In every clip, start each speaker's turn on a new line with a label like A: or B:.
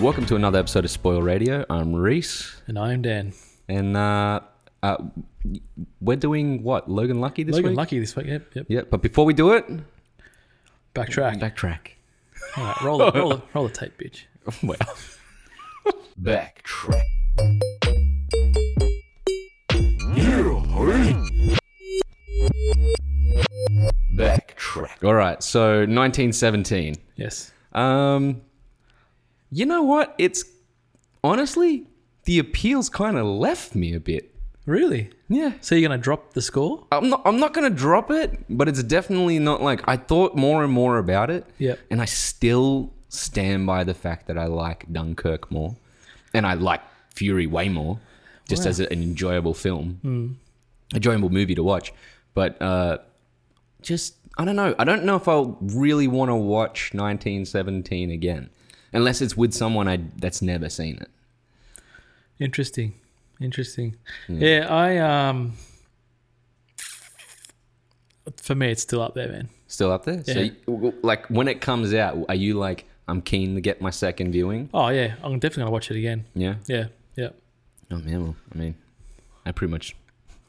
A: Welcome to another episode of Spoil Radio. I'm Reese,
B: And I'm Dan.
A: and uh, uh, we're doing what? Logan Lucky this
B: Logan
A: week.
B: Lucky this week. Yep, yep.
A: Yeah, but before we do it,
B: Backtrack.
A: backtrack.
B: All right, roll the roll the roll the tape, bitch.
A: Well,
C: Backtrack. Backtrack.
A: all right. So 1917.
B: Yes.
A: Um, you know what? It's honestly the appeals kind of left me a bit.
B: Really?
A: Yeah,
B: So you're gonna drop the score?
A: I'm not. I'm not gonna drop it, but it's definitely not like I thought more and more about it.
B: Yep.
A: and I still stand by the fact that I like Dunkirk more, and I like Fury way more, just as an enjoyable film,
B: Hmm.
A: enjoyable movie to watch. But uh, just I don't know. I don't know if I'll really want to watch 1917 again, unless it's with someone I that's never seen it.
B: Interesting. Interesting.
A: Hmm.
B: Yeah, I um for me it's still up there, man.
A: Still up there. So,
B: Yeah.
A: you- like when it comes out, are you like? I'm keen to get my second viewing.
B: Oh yeah, I'm definitely gonna watch it again.
A: Yeah.
B: Yeah, yeah.
A: Oh man, well, I mean, I pretty much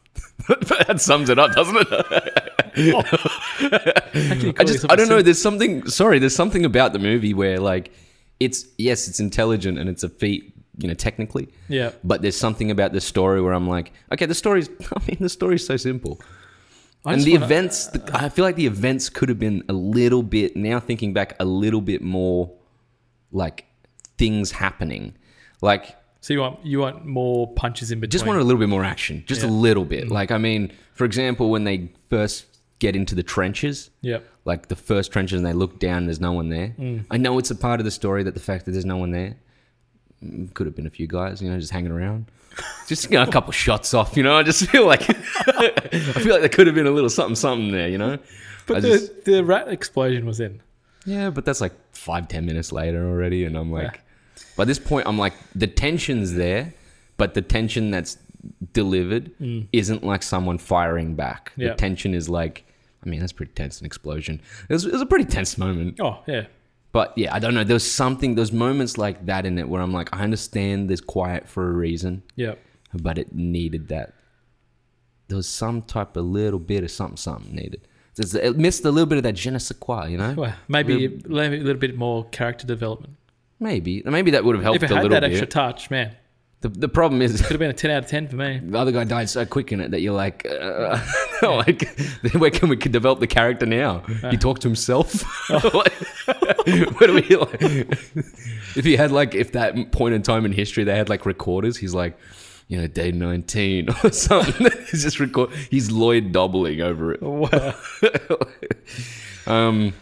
A: that sums it up, doesn't it?
B: Actually,
A: I
B: call
A: just
B: yourself
A: I
B: a
A: don't know.
B: sim-
A: There's something. Sorry, there's something about the movie where like it's yes, it's intelligent and it's a feat, you know, technically.
B: Yeah.
A: But there's something about the story where I'm like, okay, the story's. I mean, the story's so simple,
B: I
A: and
B: just
A: the
B: wanna-
A: events. the, I feel like the events could have been a little bit. Now thinking back, a little bit more, like things happening, like
B: So you want you want more punches in between.
A: just wanted a little bit more action, just a little
B: Mm.
A: bit. Like, I mean, for example, when they first get into the trenches,
B: Yep.
A: like the first trenches, and they look down, there's no one there.
B: Mm.
A: I know it's a part of the story that the fact that there's no one there mm, could have been a few guys, you know, just hanging around. Just you know, a couple shots off, you know. I just feel like I feel like there could have been a little something, something there, you know. I
B: But the,
A: just-
B: the rat explosion was in.
A: yeah, but that's like five, ten minutes later already, and I'm like, by this point, I'm like, the tension's there, but the tension that's delivered isn't like someone firing back.
B: Yeah.
A: The tension is like, I mean, that's pretty tense. An explosion. It was, it was a pretty tense moment,
B: Oh yeah.
A: but yeah, I don't know. There's something. There's moments like that in it where I'm like, I understand there's quiet for a reason,
B: Yeah.
A: but it needed that. There was some type of little bit of something, something needed. There's- It missed a little bit of that je ne sais quoi, you know?
B: Well, maybe a little little bit more character development.
A: Maybe, maybe that would have helped
B: If it
A: a
B: had
A: little
B: that
A: bit.
B: extra touch, man,
A: the, the problem is
B: could have been a 10 out of 10 for me.
A: the other guy died so quick in it that you're like, uh, like, where can we could develop the character now? he talked to himself.
B: Oh.
A: What- what do we like? If he had like, if that point in time in history they had like recorders, he's like. You know, day nineteen or something. he's just record. He's Lloyd doubling over it.
B: Wow.
A: Um,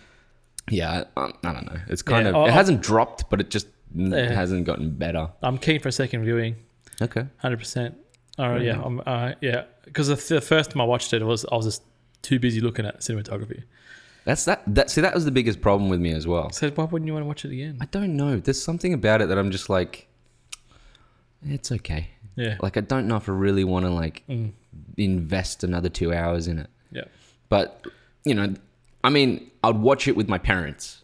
A: yeah, I, I don't know. It's kind
B: Yeah,
A: of.
B: I-
A: it
B: I-
A: hasn't dropped, but it just n-
B: Yeah.
A: hasn't gotten better.
B: I'm keen for a second viewing,
A: Okay.
B: 100%. All right,
A: Mm.
B: yeah, I'm, uh, yeah. Because the, the first time I watched it, it was I was just too busy looking at cinematography.
A: That's that. That see, that was the biggest problem with me as well.
B: So why wouldn't you want to watch it again?
A: I don't know. There's something about it that I'm just like, it's okay.
B: Yeah,
A: Like I don't know if I really want to like invest another two hours in it.
B: yeah,
A: But you know, I mean, I'd watch it with my parents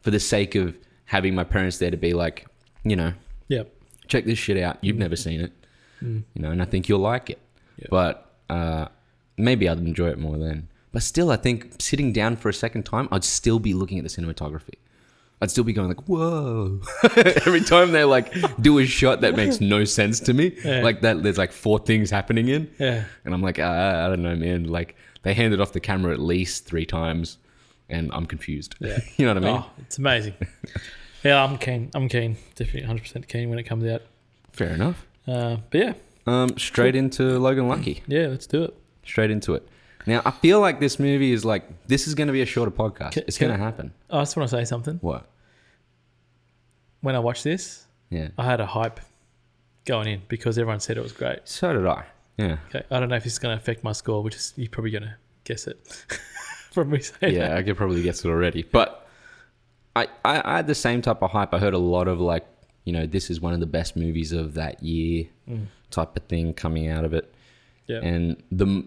A: for the sake of having my parents there to be like, you know,
B: yeah.
A: check this shit out.
B: Mm.
A: You've never seen it, you know, and I think you'll like it. But uh, maybe I'd enjoy it more then. But still, I think sitting down for a second time, I'd still be looking at the cinematography. I'd still be going like, "Whoa!" Every time they like do a shot that makes no sense to me,
B: Yeah.
A: like that. There's like four things happening in,
B: Yeah.
A: and I'm like, uh, I don't know, man. Like they handed off the camera at least three times, and I'm confused.
B: Yeah.
A: you know what I mean?
B: Oh, it's amazing. yeah, I'm keen. I'm keen. Definitely 100% keen when it comes out.
A: Fair enough.
B: Uh, but yeah,
A: Um, straight into Logan Lucky.
B: yeah, let's do it.
A: straight into it. Now I feel like this movie is like this is going to be a shorter podcast.
B: Can-
A: it's
B: can
A: going to
B: I-
A: happen.
B: I just want to say something.
A: What?
B: When I watched this,
A: Yeah.
B: I had a hype going in because everyone said it was great.
A: So did I. Yeah.
B: Okay, I don't know if it's going to affect my score, which is you're probably going to guess it from me saying
A: Yeah.
B: that.
A: I could probably guess it already, but I, I I had the same type of hype. I heard a lot of like you know this is one of the best movies of that year
B: Mm.
A: type of thing coming out of it,
B: Yeah,
A: and the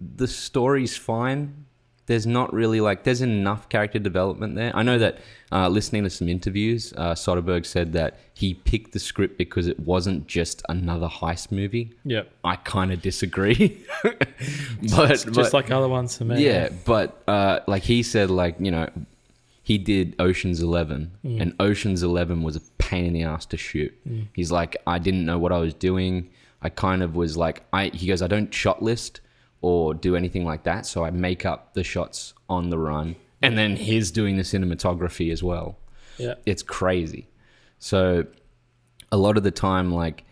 A: the story's fine. there's not really like there's enough character development there. I know that uh, listening to some interviews, uh, Soderbergh said that he picked the script because it wasn't just another heist movie.
B: Yeah.
A: I kind of disagree, but
B: Just
A: but-
B: like other ones for me.
A: yeah, but uh, like he said, like you know, he did Ocean's Eleven, and Ocean's Eleven was a pain in the ass to shoot. He's like, I didn't know what I was doing. I kind of was like, I. He goes, I don't shot list or do anything like that, so I make up the shots on the run, and then he's doing the cinematography as well
B: Yeah.
A: it's crazy. So a lot of the time, like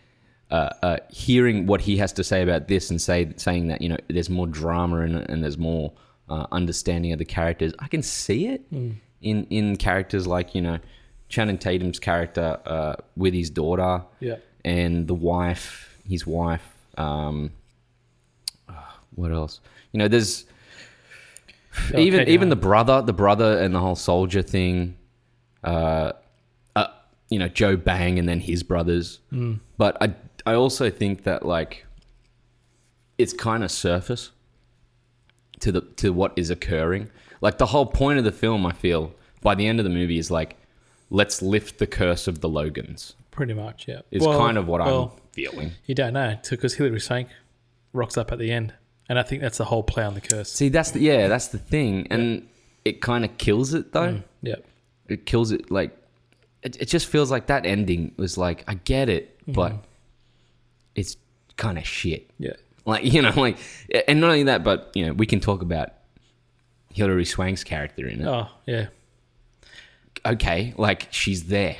A: uh, uh, hearing what he has to say about this and say saying that you know there's more drama in it and there's more uh, understanding of the characters, I can see it in in characters like you know Channing Tatum's character uh, with his daughter
B: Yeah.
A: and the wife, his wife. Um, what else? You know, there's
B: Oh,
A: even
B: Katie
A: even the
B: Holmes.
A: brother, the brother and the whole soldier thing. Uh, uh, you know, Joe Bang and then his brothers.
B: Hmm.
A: But I I also think that like it's kind of surface to the to what is occurring. Like the whole point of the film, I feel by the end of the movie is like, let's lift the curse of the Logans.
B: Pretty much. Yeah.
A: Is kind of what
B: well,
A: I'm feeling.
B: You don't know because Hillary Swank rocks up at the end, and I think that's the whole play on the curse.
A: See, that's the, yeah, that's the thing, and it kind of kills it though.
B: Yeah.
A: It kills it like it, it. just feels like that ending was like I get it,
B: Hmm.
A: but it's kind of shit.
B: Yeah.
A: Like you know, like and not only that, but you know, we can talk about Hilary Swank's character in it.
B: Oh yeah.
A: Okay, like she's there.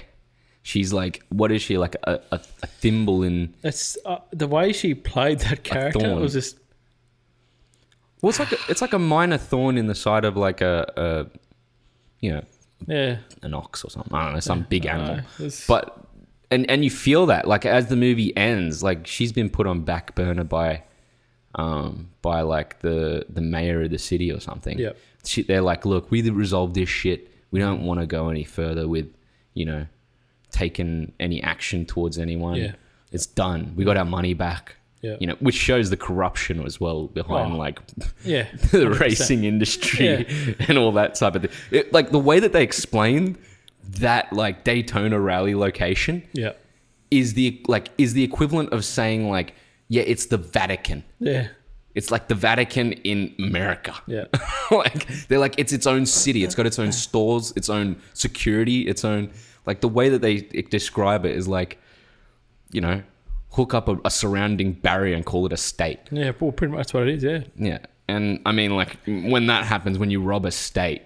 A: She's like, what is she like a, a, a thimble in?
B: That's uh, the way she played that character
A: thorn.
B: was just
A: Well, it's like a, it's like a minor thorn in the side of like a, a you know
B: yeah.
A: an ox or something. I don't know, some big animal.
B: it's-
A: But and and you feel that like as the movie ends, like she's been put on back burner by um by like the the mayor of the city or something.
B: Yep.
A: She, they're like, look, we resolved this shit. We don't want to go any further with, you know, taking any action towards anyone.
B: Yeah.
A: It's done. We got our money back.
B: Yeah.
A: You know, which shows the corruption as well behind
B: Oh.
A: like
B: Yeah.
A: the
B: 100%.
A: racing industry
B: Yeah.
A: and all that type of thing. It, like the way that they explain that like Daytona rally location
B: Yeah.
A: is the like is the equivalent of saying like yeah it's the Vatican.
B: Yeah.
A: It's like the Vatican in America.
B: Yeah.
A: like they're like it's its own city. It's got its own stores, its own security, its own like the way that they e-, describe it is like you know hook up a, a surrounding barrier and call it a state.
B: Yeah. Well, pretty much that's what it is. Yeah.
A: Yeah. And I mean, like, when that happens, when you rob a state,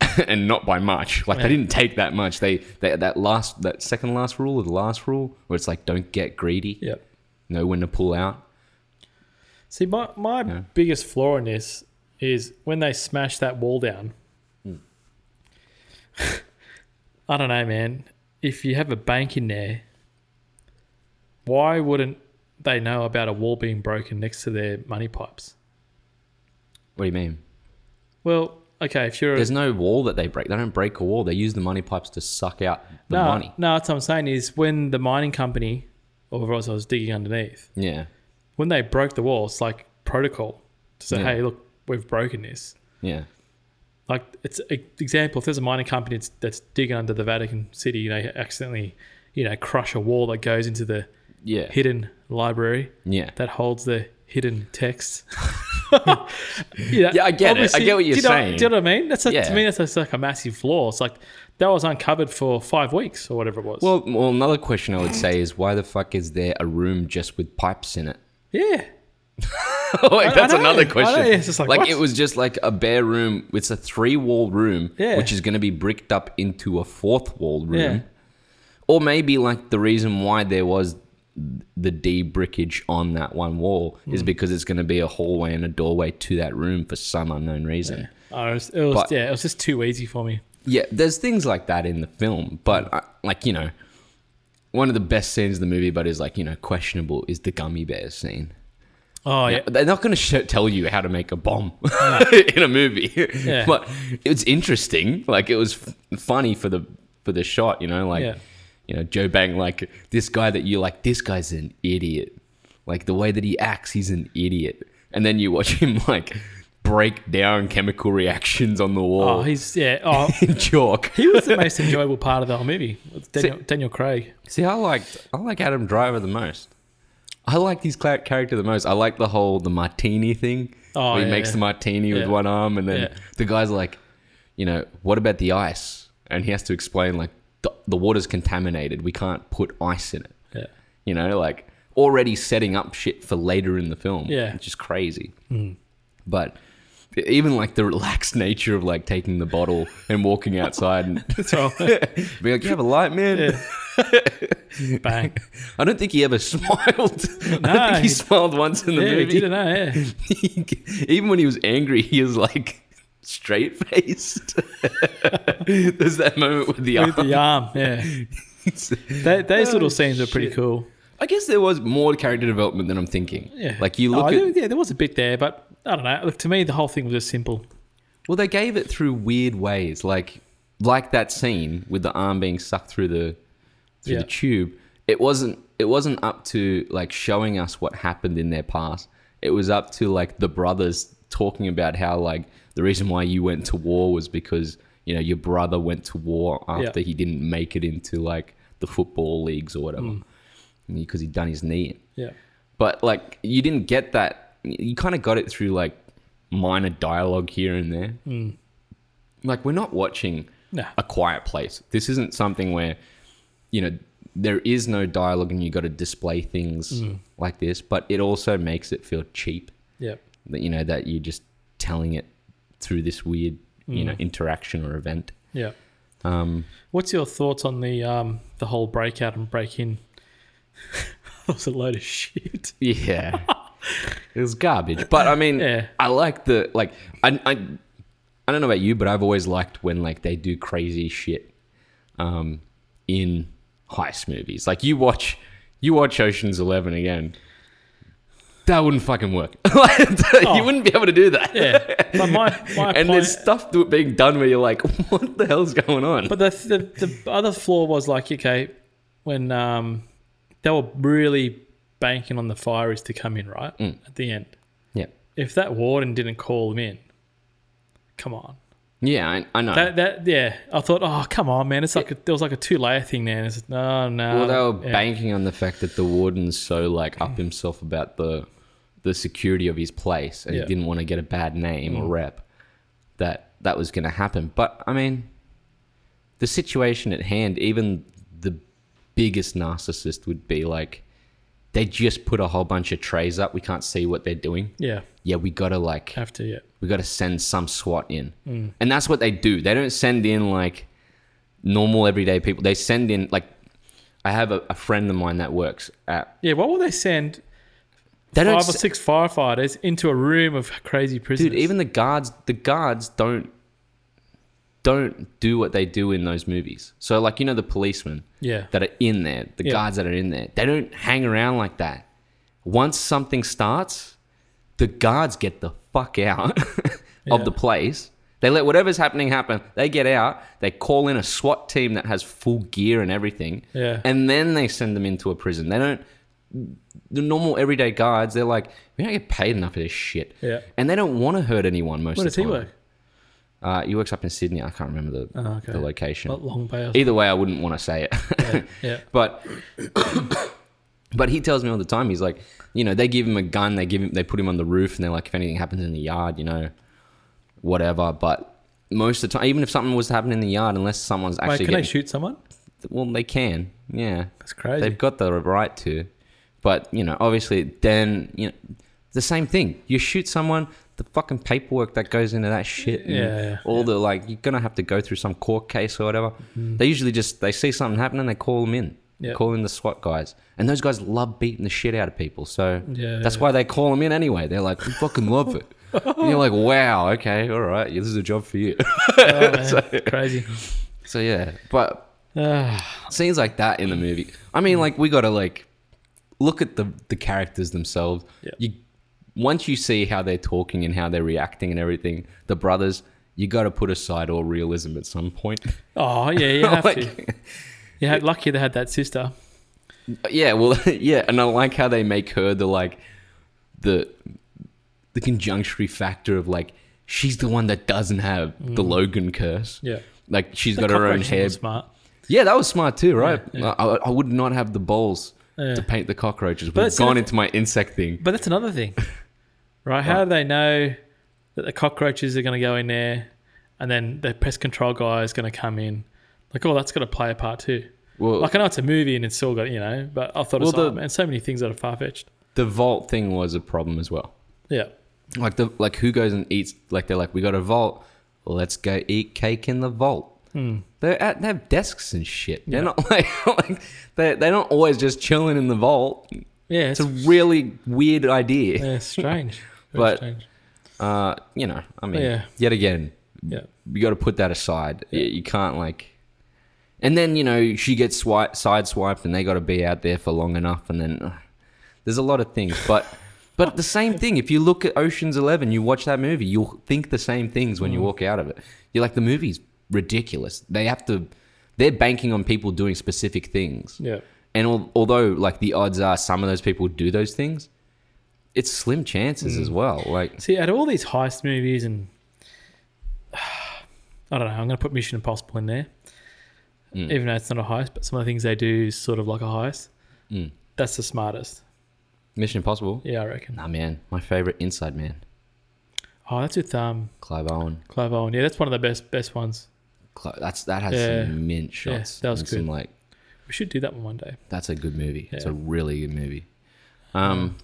A: and not by much, like, they
B: Yeah.
A: didn't take that much. They, they, that last, that second last rule or the last rule, where it's like, don't get greedy,
B: Yeah.
A: know when to pull out.
B: See, my, my biggest flaw in this is when they smash that wall down. I don't know, man. If you have a bank in there, why wouldn't they know about a wall being broken next to their money pipes?
A: What do you mean?
B: Well, okay, if you're a-
A: There's no wall that they break. They don't break a wall. They use the money pipes to suck out the
B: no,
A: money.
B: no, that's what I'm saying is when the mining company, or else I was digging underneath,
A: Yeah.
B: when they broke the wall, it's like protocol to say,
A: Yeah.
B: hey, look, we've broken this.
A: Yeah.
B: like it's an example if there's a mining company that's, that's digging under the vatican city they accidentally you know crush a wall that goes into the
A: Yeah.
B: hidden library
A: Yeah.
B: that holds the hidden text you know,
A: Yeah, I get it. I
B: obviously-
A: get what you're
B: do you know-
A: saying.
B: do you know what i mean that's a,
A: Yeah.
B: to me that's, that's like a massive flaw it's like that was uncovered for five weeks or whatever it was
A: Well, well, another question I would say is why the fuck is there a room just with pipes in it?
B: yeah
A: like
B: I
A: that's
B: know, I
A: another
B: know,
A: question.
B: it's just like,
A: like
B: what?
A: it was just like a bare room. It's a three wall room,
B: Yeah.
A: which is going to be bricked up into a fourth wall room,
B: Yeah.
A: or maybe like the reason why there was the debrickage on that one wall
B: Hmm.
A: is because it's going to be a hallway and a doorway to that room for some unknown reason.
B: I was, Oh, it was
A: But-
B: yeah it was just too easy for me
A: Yeah, there's things like that in the film, but I, like you know, one of the best scenes of the movie, but is like you know questionable is the gummy bears scene.
B: oh yeah,
A: They're not going to sh- tell you how to make a bomb in a movie,
B: Yeah.
A: but it's interesting. Like it was f- funny for the for the shot, you know, like
B: Yeah.
A: you know Joe Bang, like this guy that you like, this guy's an idiot. Like the way that he acts, he's an idiot. And then you watch him like break down chemical reactions on the
B: Oh,
A: wall
B: he's yeah. Oh,
A: in chalk.
B: he was the most enjoyable part of the whole movie. It's Daniel, Daniel Craig.
A: See, I liked I like Adam Driver the most. I like his cla- character the most. I like the whole the martini thing.
B: Oh,
A: where he
B: yeah,
A: makes
B: yeah.
A: the martini
B: Yeah.
A: with one arm, and then
B: Yeah.
A: the guy's like, you know, what about the ice? And he has to explain like the, the water's contaminated. We can't put ice in it.
B: Yeah.
A: You know, like already setting up shit for later in the film.
B: Yeah. Mm.
A: which is crazy. But even like the relaxed nature of like taking the bottle and walking outside and
B: So
A: be like, you have a light, man.
B: bang.
A: I don't think he ever smiled. I
B: No,
A: don't think he,
B: he-
A: smiled once in the
B: Yeah, he
A: movie.
B: didn't know. eh? Yeah.
A: Even when he was angry, he was like straight faced. There's that moment with the
B: With
A: arm.
B: the arm. Yeah. Tha- those
A: Oh,
B: little scenes are pretty cool.
A: I guess there was more character development than I'm thinking.
B: Yeah.
A: Like you look
B: Oh,
A: at
B: there- yeah, there was a bit there, but I don't know. Look, to me, the whole thing was just simple.
A: well, they gave it through weird ways, like like that scene with the arm being sucked through the through
B: Yeah.
A: the tube. It wasn't it wasn't up to like showing us what happened in their past. It was up to like the brothers talking about how like the reason why you went to war was because you know your brother went to war after he didn't make it into like the football leagues or whatever because he'd done his knee. In
B: Yeah.
A: but like you didn't get that you kind of got it through like minor dialogue here and there like we're not watching
B: No.
A: a quiet place this isn't something where you know there is no dialogue and you got to display things like this but it also makes it feel cheap
B: Yeah.
A: that you know that you're just telling it through this weird you know interaction or event
B: Yeah.
A: um
B: What's your thoughts on the um the whole breakout and break in? that was a load of shit.
A: Yeah. it was garbage. But I mean,
B: Yeah.
A: I like the like I I I don't know about you, but I've always liked when like they do crazy shit um in heist movies. Like you watch you watch Ocean's 11 again. That wouldn't fucking work. Like, You wouldn't be able to do that.
B: Oh. Yeah. But my, my
A: And
B: point,
A: there's stuff do- being done where you're like, what the hell's going on?
B: But the, the the other flaw was like, okay, when um they were really banking on the fires to come in, right?
A: Mm.
B: At the end.
A: yeah.
B: If that warden didn't call them in, come on.
A: Yeah, I, I know.
B: That, that yeah, I thought, oh come on, man, it's like a, there was like a two layer thing there. And it's no, no.
A: Well, they were
B: Um, yeah.
A: banking on the fact that the warden's so like up himself about the the security of his place, and
B: Yeah. Mm.
A: he didn't want to get a bad name or rep that that was going to happen. But I mean, the situation at hand, even the biggest narcissist would be like, they just put a whole bunch of trays up. We can't see what they're doing.
B: Yeah,
A: Yeah, we gotta like
B: have to. Yeah,
A: we got to send some SWAT in.
B: Mm.
A: And that's what they do. They don't send in like normal everyday people. They send in like I have a, a friend of mine that works at
B: yeah. What will they send
A: they
B: five
A: don't
B: or
A: s-
B: six firefighters into a room of crazy prisoners?
A: dude, even the guards the guards don't don't do what they do in those movies. So like you know the policemen
B: yeah,
A: that are in there, the
B: Yeah.
A: guards that are in there, they don't hang around like that. Once something starts, the guards get the fuck out
B: Yeah.
A: of the place. They let whatever's happening happen. They get out. They call in a SWAT team that has full gear and everything.
B: Yeah.
A: And then they send them into a prison. They don't. The normal everyday guards, they're like, we don't get paid enough for this shit.
B: Yeah.
A: And they don't want to hurt anyone most
B: where
A: of
B: does
A: the
B: he
A: time.
B: work?
A: Uh, he works up in Sydney. I can't remember the,
B: Oh, okay.
A: the location.
B: Not Long Bay. Or
A: Either way, I wouldn't want to say it.
B: yeah,
A: But but he tells me all the time. He's like, you know, they give him a gun, they give him, they put him on the roof, and they're like, if anything happens in the yard, you know, whatever. But most of the time, even if something was to happen in the yard, unless someone's
B: Wait,
A: actually
B: can they
A: getting-
B: shoot someone?
A: well, they can, yeah,
B: That's crazy.
A: they've got the right to. But you know, obviously, then you know, the same thing. You shoot someone. The fucking paperwork that goes into that shit, and
B: Yeah, yeah,
A: all the like, you're gonna have to go through some court case or whatever. They usually just they see something happening, they call them in,
B: Mm-hmm. Yeah.
A: call in the SWAT guys, and those guys love beating the shit out of people. So
B: Yeah,
A: that's
B: yeah.
A: why they call them in anyway. They're like, we fucking love it. And you're like, wow, okay, all right, yeah, this is a job for you.
B: Oh, man, crazy.
A: so yeah, but
B: Ah,
A: scenes like that in the movie. I mean, like we gotta like look at the the characters themselves.
B: Yeah.
A: You once you see how they're talking and how they're reacting and everything, the brothers, you gotta put aside all realism at some point.
B: oh yeah, you have to.
A: Like-
B: You had lucky they had that sister.
A: yeah, well, yeah, and I like how they make her the like the the conjunctionary factor of like she's the one that doesn't have the Logan curse.
B: Mm. Yeah.
A: Like she's
B: The
A: got her own
B: cockroaches were
A: hair.
B: Smart.
A: Yeah, that was smart too, right? I, I would not have the balls
B: Yeah.
A: to paint the cockroaches. We've
B: it's-
A: gone into my insect thing.
B: But that's another thing, right? How do they know that the cockroaches are going to go in there, and then the pest control guy is going to come in? Like, oh, that's got to play a part too.
A: Well,
B: Like, I know it's a movie and it's still got you know, but I thought it was
A: Well,
B: like,
A: the-
B: man, so many things that are far fetched.
A: the vault thing was a problem as well.
B: Yeah,
A: Like the like who goes and eats? Like they're like we got a vault. Well, let's go eat cake in the vault.
B: Hmm.
A: They're at they have desks and shit. They're not like, like they they're not always just chilling in the vault.
B: yeah, it's,
A: It's a really weird idea.
B: yeah, it's strange. Very
A: But-
B: strange.
A: Uh, you know, I mean,
B: Yeah.
A: yet again,
B: yeah,
A: you got to put that aside. You, you can't like, and then you know she gets swi- sideswiped, and they got to be out there for long enough, and then uh, there's a lot of things. But but the same thing. If you look at Ocean's Eleven, you watch that movie, you'll think the same things when you walk out of it. You're like, the movie's ridiculous. They have to, they're banking on people doing specific things,
B: yeah,
A: and al- although like the odds are some of those people do those things, it's slim chances as well. Like.
B: See, out of all these heist movies and I don't know, I'm going to put Mission Impossible in there, even though it's not a heist. But some of the things they do is sort of like a heist.
A: Mm.
B: That's the smartest.
A: Mission Impossible.
B: Yeah, I reckon.
A: Nah, man, my favorite Inside Man,
B: Oh, that's with um,
A: Clive Owen.
B: Clive Owen. Yeah, that's one of the best best ones.
A: Cli that's that has
B: Yeah.
A: some mint
B: Yeah,
A: shots.
B: that was
A: and some,
B: good.
A: like
B: We should do that one one day.
A: that's a good movie. It's
B: Yeah.
A: a really good movie. Um,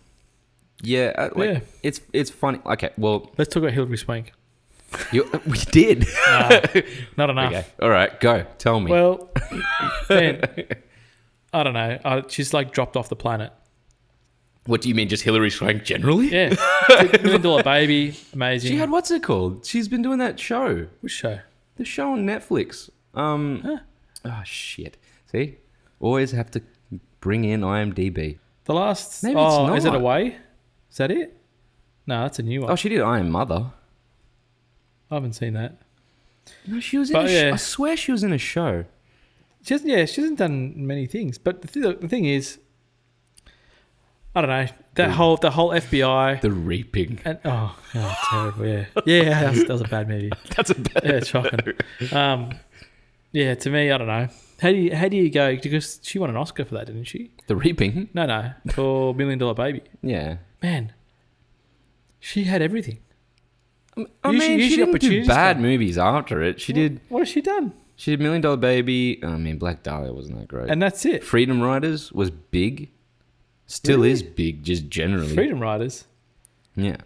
A: yeah, uh, like,
B: Yeah.
A: it's it's funny. Okay, well,
B: Let's talk about Hillary Swank.
A: you, we did.
B: Not enough.
A: okay, all right, go tell me.
B: Well, man, I don't know. I, she's like dropped off the planet.
A: what do you mean, just Hillary Swank generally?
B: Yeah, million dollar baby, amazing.
A: She had what's it called? She's been doing that show,
B: Which show?
A: the show on Netflix. Um, oh shit. See, always have to bring in IMDb.
B: The last.
A: Maybe it's
B: oh, is it
A: not.
B: away? Is that it? No, that's a new one.
A: Oh, she did I Am Mother.
B: I haven't seen that.
A: No, she was in.
B: But
A: a sh-
B: yeah.
A: I swear she was in a show.
B: She hasn't, yeah, she hasn't done many things. But the, th- the thing is, I don't know. That whole the whole FBI.
A: The Reaping.
B: and, oh, oh, terrible. Yeah, yeah, that was, that was a bad movie.
A: That's a bad.
B: Yeah, it's shocking. Um, yeah, to me, I don't know. How do you how do you go? Because she won an Oscar for that, didn't she?
A: The Reaping.
B: No, no, for Million Dollar Baby.
A: Yeah.
B: Man, she had everything.
A: Um, I
B: You should-
A: mean,
B: you
A: she
B: should
A: didn't do
B: opportunities
A: bad
B: come.
A: movies after it. She did.
B: What has she done?
A: She did Million Dollar Baby. I mean, Black Dahlia wasn't that great.
B: And that's it.
A: Freedom Riders was big. Still
B: Really?
A: is big, just generally.
B: Freedom Riders.
A: Yeah.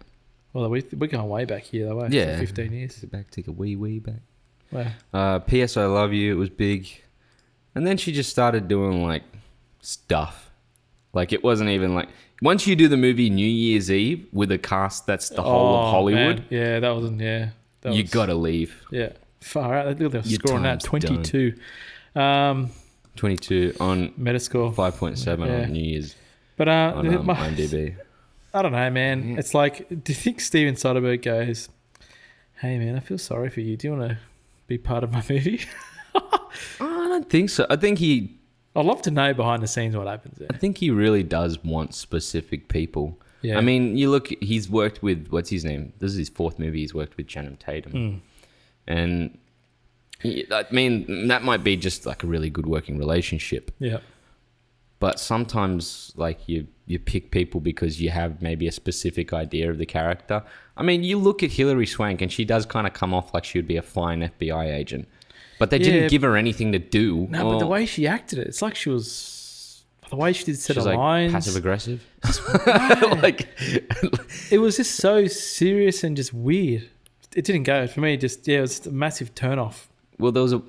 B: Well, we, we're going way back here, though. eh? For
A: Yeah.
B: 15 years.
A: Sit back, take a wee wee back.
B: Wow.
A: Uh, P.S. I Love You. It was big, and then she just started doing like stuff. Like it wasn't even like once you do the movie New Year's Eve with a cast that's the whole of
B: Oh,
A: Hollywood.
B: man. Yeah, that wasn't, yeah. That
A: You
B: was-
A: gotta leave.
B: Yeah. Far out. Look at the
A: Your
B: score on that
A: time's done.
B: 22. Um,
A: Twenty-two on
B: Metascore.
A: five point seven
B: Yeah.
A: on New Year's
B: But uh,
A: on um,
B: my-
A: IMDb.
B: I don't know, man. It's like, do you think Steven Soderbergh goes, hey, man, I feel sorry for you. Do you want to be part of my movie?
A: I don't think so. I think he,
B: I'd love to know behind the scenes what happens there.
A: I think he really does want specific people.
B: Yeah.
A: I mean, you look. He's worked with what's his name. This is his fourth movie. He's worked with Channing Tatum,
B: Hmm.
A: and he- I mean that might be just like a really good working relationship.
B: Yeah.
A: But sometimes, like you, you pick people because you have maybe a specific idea of the character. I mean, you look at Hilary Swank, and she does kind of come off like she would be a fine FBI agent, but they
B: Yeah.
A: didn't give her anything to do.
B: No, but the
A: or-
B: way she acted it, it's like she was. The way she did set
A: she's
B: her
A: like
B: lines.
A: passive aggressive. like,
B: it was just so serious and just weird. It didn't go for me. Just yeah, it was just a massive turn off.
A: well, there was a.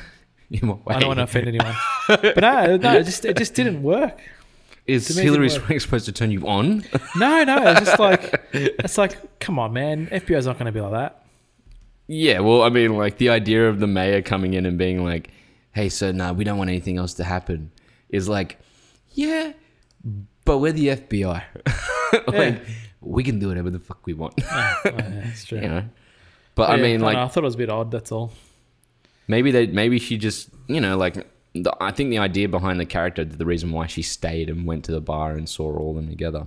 A: In what way?
B: I don't want to offend anyone, but no, no, it just it just didn't work.
A: Is
B: to make it
A: Hillary
B: work.
A: Swank supposed to turn you on?
B: No, no, it's just like it's like come on, man, FBO's not going to be like that.
A: yeah, well, I mean, like the idea of the mayor coming in and being like, "Hey, so no, we don't want anything else to happen," is like, yeah, but we're the FBI. like,
B: Yeah.
A: we can do whatever the fuck we want,
B: Oh, yeah, that's true.
A: you know. But I
B: Yeah,
A: mean,
B: no,
A: like,
B: no, I thought it was a bit odd. That's all.
A: maybe they, maybe she just, you know, like, the, I think the idea behind the character, the reason why she stayed and went to the bar and saw all of them together,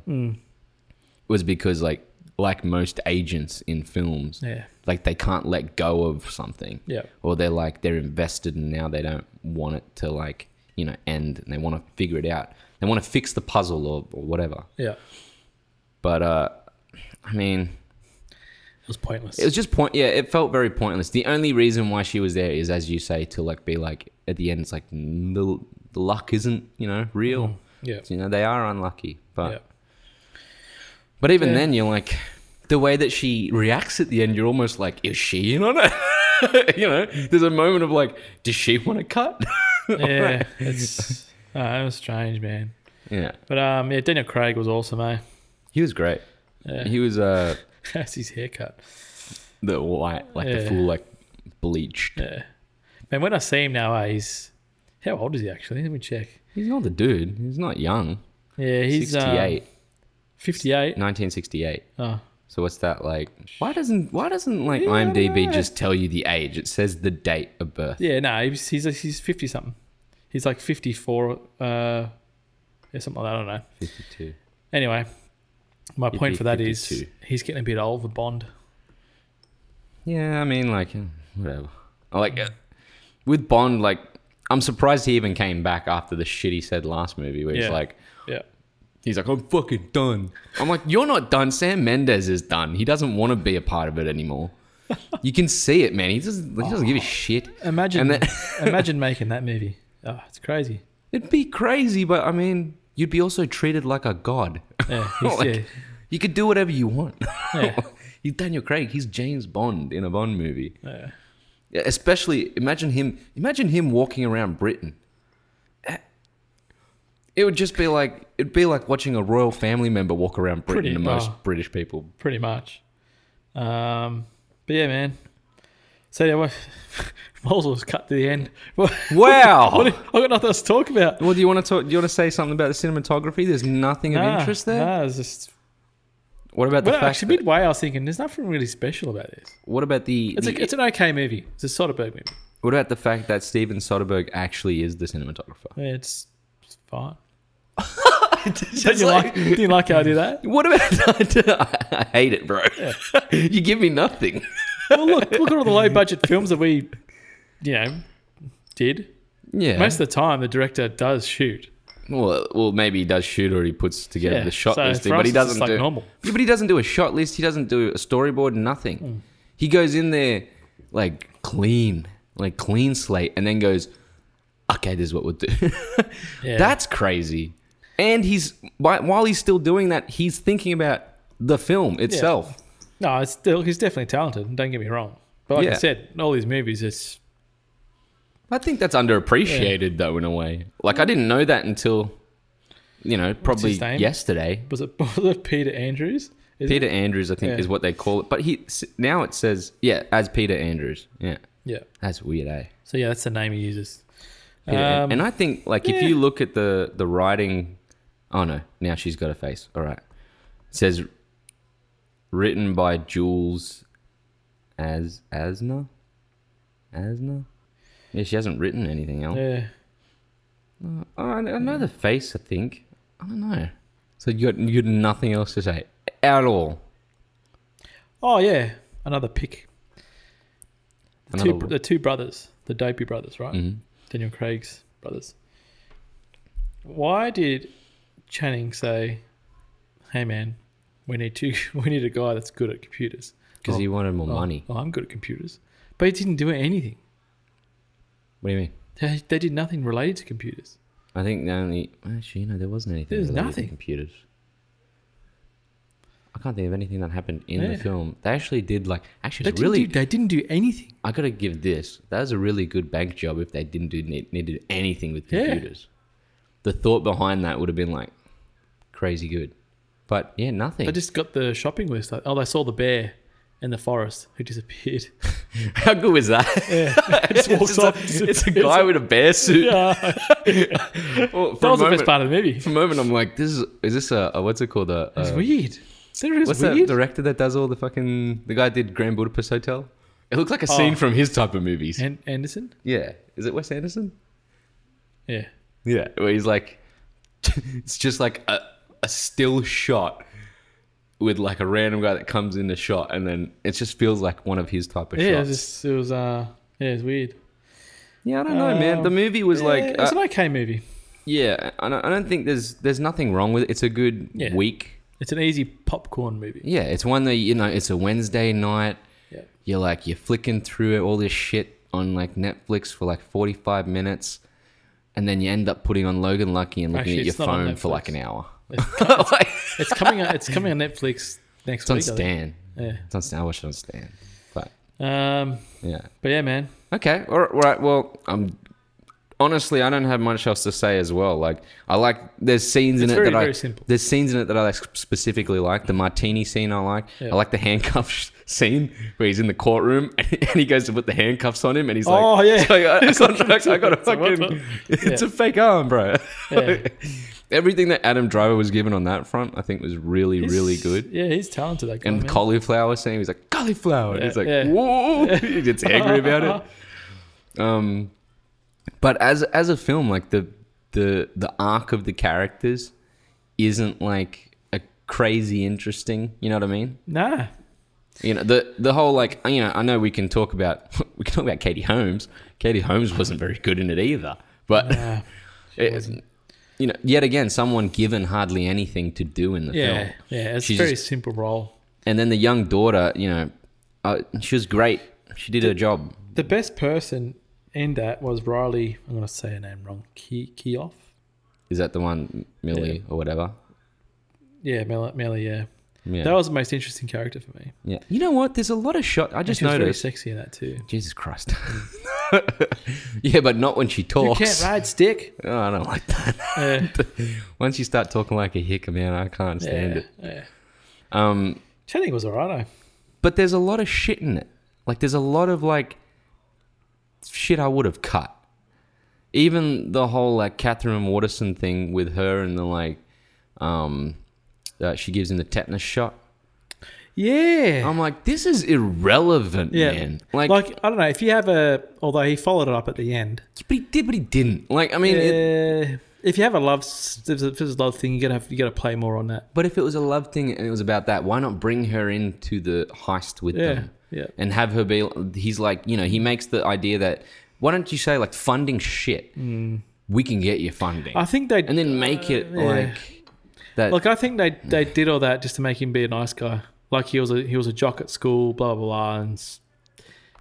A: was because like like most agents in films.
B: Yeah.
A: Like they can't let go of something.
B: Yeah.
A: Or they're like they're invested and now they don't want it to like, you know, end and they want to figure it out. They want to fix the puzzle or, or whatever.
B: Yeah. It
A: But uh I mean,
B: was pointless.
A: it was just point yeah, it felt very pointless. The only reason why she was there is as you say to like be like at the end it's like "Mm, the, the luck isn't, you know, real.
B: yeah.
A: So, you know, they are unlucky. But
B: Mm-hmm. Yeah.
A: But even
B: Yeah.
A: then, you're like, the way that she reacts at the end, you're almost like, is she in on it? you know, there's a moment of like, does she want to cut?
B: Yeah. It's uh, it was strange, man.
A: yeah,
B: But um, yeah, Daniel Craig was awesome, eh?
A: he was great.
B: Yeah.
A: He was uh,
B: That's his haircut.
A: the white, like the
B: Yeah.
A: full like bleached.
B: Yeah. Man, when I see him now, eh, he's how old is he actually? Let me check.
A: He's not the dude. He's not young.
B: Yeah, he's
A: 68,
B: Um, 58.
A: 1968.
B: Oh.
A: So what's that like? Why doesn't why doesn't like IMDb just tell you the age? It says the date of birth.
B: Yeah, no, he's he's he's fifty something. He's like fifty four, uh, yeah, something like that. I don't know.
A: 52.
B: Anyway, my
A: He'd
B: point
A: be
B: for that is
A: 52.
B: he's getting a bit old for Bond.
A: Yeah, I mean, like, yeah, whatever. I Like, uh, with Bond, like, I'm surprised he even came back after the shit he said last movie, where he's
B: Yeah.
A: like,
B: Yeah,
A: he's like, I'm fucking done. I'm like, you're not done. Sam Mendes is done. He doesn't want to be a part of it anymore. You can see it, man. He doesn't. He doesn't give a shit.
B: imagine
A: And then-
B: imagine making that movie. Oh, it's crazy.
A: It'd be crazy, but I mean, you'd be also treated like a god.
B: Yeah, he's,
A: Like,
B: yeah,
A: You could do whatever you want.
B: Yeah.
A: he's Daniel Craig. He's James Bond in a Bond movie.
B: yeah.
A: Yeah, especially imagine him imagine him walking around Britain. Eh, It would just be like it'd be like watching a royal family member walk around Britain
B: Pretty-
A: to most
B: oh.
A: British people.
B: pretty much. Um, but yeah, man. So yeah, well, Moles was cut to the end. What, what,
A: Wow.
B: I got nothing else to talk about.
A: well, do you want to talk do you want to say something about the cinematography? There's nothing of
B: Nah,
A: interest there.
B: Nah, it's just
A: What about the
B: well,
A: fact
B: actually,
A: that-
B: midway, I was thinking there's nothing really special about this.
A: what about the,
B: It's,
A: the-
B: a, it's an okay movie. It's a Soderbergh movie.
A: what about the fact that Steven Soderbergh actually is the cinematographer?
B: It's, it's fine. Did
A: Just
B: you like, did you like how I did that?
A: what about I hate it, bro. you give me nothing.
B: Well, look, look at all the low budget films that we, you know, did.
A: Yeah.
B: Most of the time, the director does shoot.
A: Well, well, maybe he does shoot or he puts together
B: Yeah,
A: the shot
B: so
A: list,
B: for
A: but
B: us
A: he
B: it's just
A: doesn't
B: like
A: do.
B: normal.
A: Yeah, but he doesn't do a shot list. He doesn't do a storyboard. Nothing.
B: Mm.
A: He goes in there like clean, like clean slate, and then goes, "Okay, this is what we'll do."
B: Yeah.
A: That's crazy. And he's whi- while he's still doing that, he's thinking about the film itself.
B: no, it's still he's definitely talented. Don't get me wrong. But like
A: Yeah.
B: I said, in all these movies, it's
A: I think that's underappreciated, though, in a way. Like I didn't know that until, you know, probably
B: his name?
A: yesterday.
B: was it, was it Peter Andrews? Is it?
A: Peter Andrews, I think,
B: Yeah.
A: is what they call it. But he s- now it says, yeah, as Peter Andrews. Yeah,
B: Yeah.
A: that's weird, eh?
B: So yeah, that's the name he uses.
A: Peter An-
B: Um,
A: and I think, like, if
B: yeah.
A: you look at the the writing, oh no, now she's got a face. All right, it says written by Jules as Asna, Asna. Yeah, she hasn't written anything else.
B: Yeah.
A: Oh, I, I know the face. I think I don't know. So you got you got nothing else to say at all.
B: Oh yeah, another pick. The two,
A: Another-
B: the two brothers, the Dopey brothers, right? Daniel Craig's brothers. Why did Channing say, "Hey man, we need two. We need a guy that's good at computers."
A: Because he wanted more
B: Oh,
A: money.
B: Oh, I'm good at computers, but he didn't do anything.
A: What do you mean?
B: They, they did nothing related to computers.
A: I think the only actually, you know, there wasn't anything.
B: There's
A: related to
B: nothing.
A: computers. I can't think of anything that happened in the
B: Yeah.
A: film. They actually did like actually
B: They
A: it's
B: didn't,
A: really.
B: do, they didn't do anything.
A: I gotta give this. That was a really good bank job if they didn't do need, needed anything with
B: Yeah.
A: computers. The thought behind that would have been like crazy good, but yeah, nothing.
B: They just got the shopping list. Oh, they saw the bear in the forest who disappeared.
A: How good was that? it's,
B: just walks
A: just a-
B: off.
A: it's a guy with a bear suit.
B: Yeah.
A: Well, for
B: That
A: a
B: was the best
A: moment,
B: part of the movie.
A: for a moment, I'm like, this is is this a, a what's it called? A,
B: It's
A: a-
B: weird. There is
A: Uh, What's
B: weird.
A: that director that does all the fucking the guy did Grand Budapest Hotel? It looks like a scene
B: Oh.
A: from his type of movies.
B: An- Anderson?
A: yeah, is it Wes Anderson?
B: Yeah.
A: Yeah, where he's like, it's just like a, a still shot with like a random guy that comes in the shot, and then it just feels like one of his type of
B: yeah, it was
A: shots.
B: just it was uh yeah, it was weird.
A: yeah, I don't know, man.
B: Um,
A: The movie was like,
B: Yeah,
A: uh,
B: it's an okay movie.
A: yeah, I don't, I don't think there's there's nothing wrong with it. It's a good
B: Yeah.
A: week.
B: It's an easy popcorn movie.
A: Yeah, it's one that you know. It's a Wednesday night.
B: Yeah.
A: You're like you're flicking through all this shit on like Netflix for like 45 minutes, and then you end up putting on Logan Lucky and looking
B: Actually,
A: at your
B: it's not on
A: phone for
B: Netflix.
A: like an hour.
B: It's,
A: Like,
B: it's coming. on- It's coming on Netflix next
A: it's on
B: week. I think.
A: Stan. It's on Stan. I watched it on Stan. But
B: Yeah. Um.
A: yeah.
B: But yeah, man.
A: Okay. All right. all right. Well, I'm honestly I don't have much else to say as well. Like I like there's scenes
B: It's
A: in it
B: very
A: that I
B: very simple.
A: there's scenes in it that I like specifically like the martini scene. I like.
B: Yeah.
A: I like the handcuffs scene where he's in the courtroom and, he goes to put the handcuffs on him and he's like,
B: Oh, yeah.
A: "It's like, I, I got, I got a
B: It's like, what
A: fucking,
B: the-
A: it's
B: Yeah.
A: a fake arm, bro."
B: Yeah.
A: Everything that Adam Driver was given on that front, I think, was really, really
B: He's-
A: good.
B: Yeah, he's talented. That guy.
A: And
B: man.
A: cauliflower scene, he's like cauliflower. and
B: Yeah,
A: he's like,
B: yeah.
A: whoa, he gets angry about it. Um, but as as a film, like the the the arc of the characters isn't like a crazy interesting. You know what I mean?
B: Nah.
A: You know the the whole like you know I know we can talk about we can talk about Katie Holmes. Katie Holmes wasn't very good in it either. But
B: Nah. she
A: it-
B: wasn't.
A: you know, yet again, someone given hardly anything to do in the
B: yeah.
A: film,
B: Yeah. It's a
A: She's
B: very
A: just-
B: simple role.
A: and then the young daughter, you know, uh, she was great. She did her job.
B: The best person in that was Riley. I'm gonna say her name wrong. Ki Kioff.
A: Is that the one Millie or whatever?
B: Yeah, Mel Melly. Yeah.
A: Yeah.
B: That was the most interesting character for me.
A: yeah. You know what? There's a lot of shot. I just
B: she was very
A: noticed.
B: sexy in that too.
A: Jesus Christ. yeah, but not when she
B: You
A: talks.
B: can't ride stick.
A: Oh, I don't like that.
B: Yeah.
A: Once you start talking like a hick, man, I can't stand
B: yeah,
A: it.
B: yeah.
A: Um,
B: Channing was alright.
A: but there's a lot of shit in it. Like there's a lot of like shit I would have cut. Even the whole like Catherine Waterson thing with her and the like, um, uh, she gives him the tetanus shot.
B: Yeah.
A: I'm like, this is irrelevant,
B: yeah.
A: Oh, man.
B: Like,
A: Like,
B: I don't know if you have a. Although he followed it up at the end.
A: but he did, but he didn't. Like, I mean, it,
B: Uh, if you have a love, s- if it's a love thing, you gotta have, you gotta play more on that.
A: But if it was a love thing and it was about that, why not bring her into the heist with
B: Yeah.
A: them
B: Yeah.
A: and have her be? He's like, you know, he makes the idea that why don't you say like funding shit? We can get you funding,
B: Hmm. I think they.
A: and then make it
B: yeah.
A: like that.
B: Like I think they they did all that just to make him be a nice guy. Like he was a he was a jock at school, blah blah blah, and s-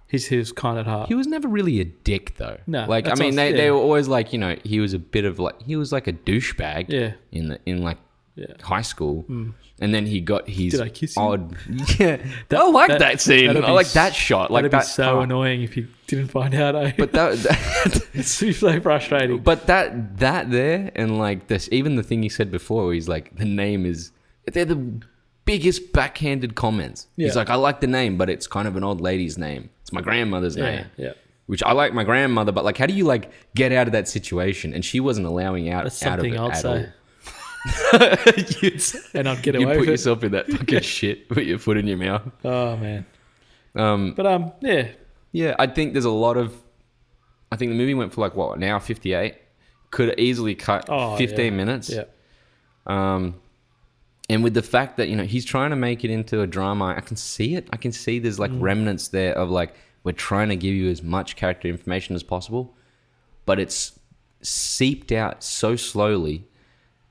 B: he's he was kind at heart.
A: he was never really a dick though.
B: No,
A: like I
B: that's
A: mean,
B: what I
A: they,
B: was-
A: they
B: yeah.
A: were always like, you know, he was a bit of like he was like a douchebag
B: yeah,
A: in the in like
B: yeah. Hmm.
A: high school, and then he got his
B: Did I kiss you?
A: odd. Yeah, I like that,
B: that-
A: scene.
B: that'd
A: I
B: be
A: like
B: s-
A: that shot. Like
B: That'd
A: that.
B: be so
A: part.
B: annoying if you didn't find out. Eh?
A: But that
B: it's so frustrating.
A: But that that there and like this, even the thing he said before, where he's like, the name is they're the biggest backhanded comments.
B: Yeah.
A: He's like, I like the name, but it's kind of an old lady's name. It's my grandmother's
B: yeah,
A: name,
B: yeah.
A: which I like my grandmother, but like, how do you like get out of that situation? And she wasn't allowing out
B: That's
A: out of
B: something
A: it
B: I'll
A: at
B: say.
A: all. You'd-
B: And I'd get
A: you
B: away
A: put
B: with it.
A: yourself in that fucking shit. Put your foot in your mouth.
B: Oh man.
A: Um,
B: But um, yeah,
A: Yeah, I think there's a lot of. I think the movie went for like what an hour fifty eight. Could easily cut
B: Oh,
A: fifteen minutes.
B: yeah.
A: Um, and with the fact that you know he's trying to make it into a drama, I can see it. I can see there's like
B: Mm.
A: remnants there of like we're trying to give you as much character information as possible, but it's seeped out so slowly,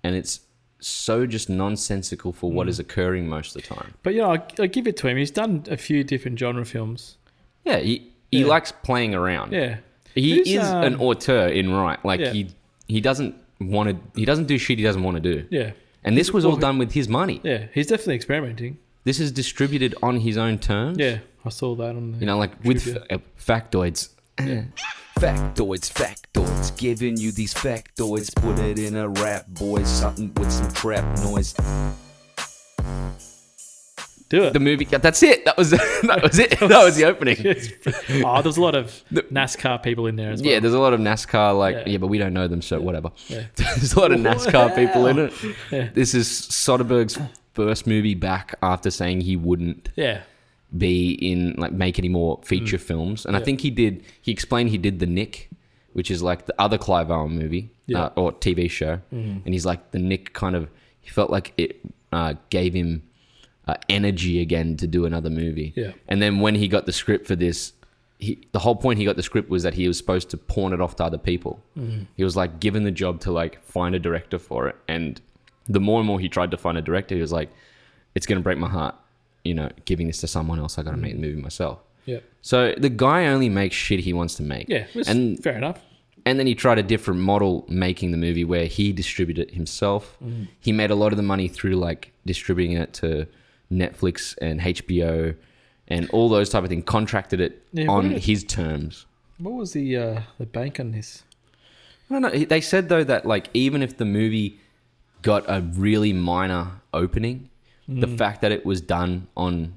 A: and it's so just nonsensical for
B: Mm.
A: what is occurring most of the time.
B: But you know, I, I give it to him. He's done a few different genre films.
A: Yeah, he he
B: Yeah.
A: likes playing around.
B: Yeah,
A: He
B: Who's,
A: is an
B: um,
A: auteur in right. Like
B: Yeah.
A: he he doesn't want to. He doesn't do shit he doesn't want to do.
B: yeah,
A: And this was all
B: Well,
A: done with his money.
B: yeah. He's definitely experimenting.
A: This is distributed on his own terms.
B: Yeah, I saw that on. The,
A: You know, like with
B: Trivia.
A: f- uh, factoids.
C: Factoids, factoids, giving you these factoids. Put it in a rap, boys, something with some trap noise.
B: do it.
A: The movie. yeah, That's it. That was that was it. That was the opening.
B: oh, there's a lot of NASCAR people in there as well.
A: Yeah, there's a lot of NASCAR. Like yeah,
B: Yeah.
A: but we don't know them, so whatever.
B: Yeah.
A: there's a lot of NASCAR people in it.
B: Yeah.
A: This is Soderbergh's first movie back after saying he wouldn't
B: yeah,
A: be in like make any more feature
B: Mm.
A: films. And I think he did. He explained he did the Nick, which is like the other Clive Owen movie
B: Yeah. Mm-hmm.
A: uh, or TV show. And he's like the Nick kind of. He felt like it uh, gave him uh, energy again to do another movie.
B: Yeah.
A: And then when he got the script for this, he, the whole point he got the script was that he was supposed to pawn it off to other people. He was like given the job to like find a director for it, and the more and more he tried to find a director, he was like, "It's gonna break my heart, you know, giving this to someone else. I gotta make the movie myself."
B: Yeah.
A: So the guy only makes shit he wants to make.
B: Yeah. It's
A: and
B: fair enough.
A: and then he tried a different model making the movie where he distributed it himself. He made a lot of the money through like distributing it to Netflix and HBO and all those type of things. Contracted it
B: Yeah, what
A: on
B: did it-
A: his terms.
B: What was the uh, the bank on this?
A: I don't know. He- They said though that like even if the movie got a really minor opening, the fact that it was done on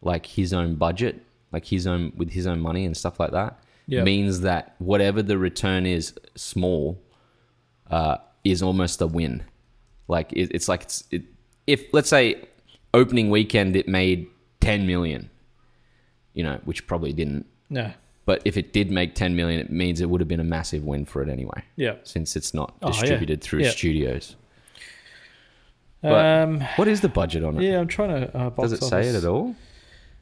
A: like his own budget, like his own with his own money and stuff like that,
B: Yeah.
A: means that whatever the return is small, uh, is almost a win. Like it, it's like it's it, if let's say opening weekend it made ten million, you know, which probably didn't.
B: No.
A: But if it did make 10 million, it means it would have been a massive win for it anyway,
B: Yeah.
A: since it's not
B: Oh, yeah.
A: distributed through
B: Yeah.
A: studios. But-
B: Um,
A: What is the budget on it?
B: yeah, I'm trying to. Uh, box
A: Does it say it at all?
B: all?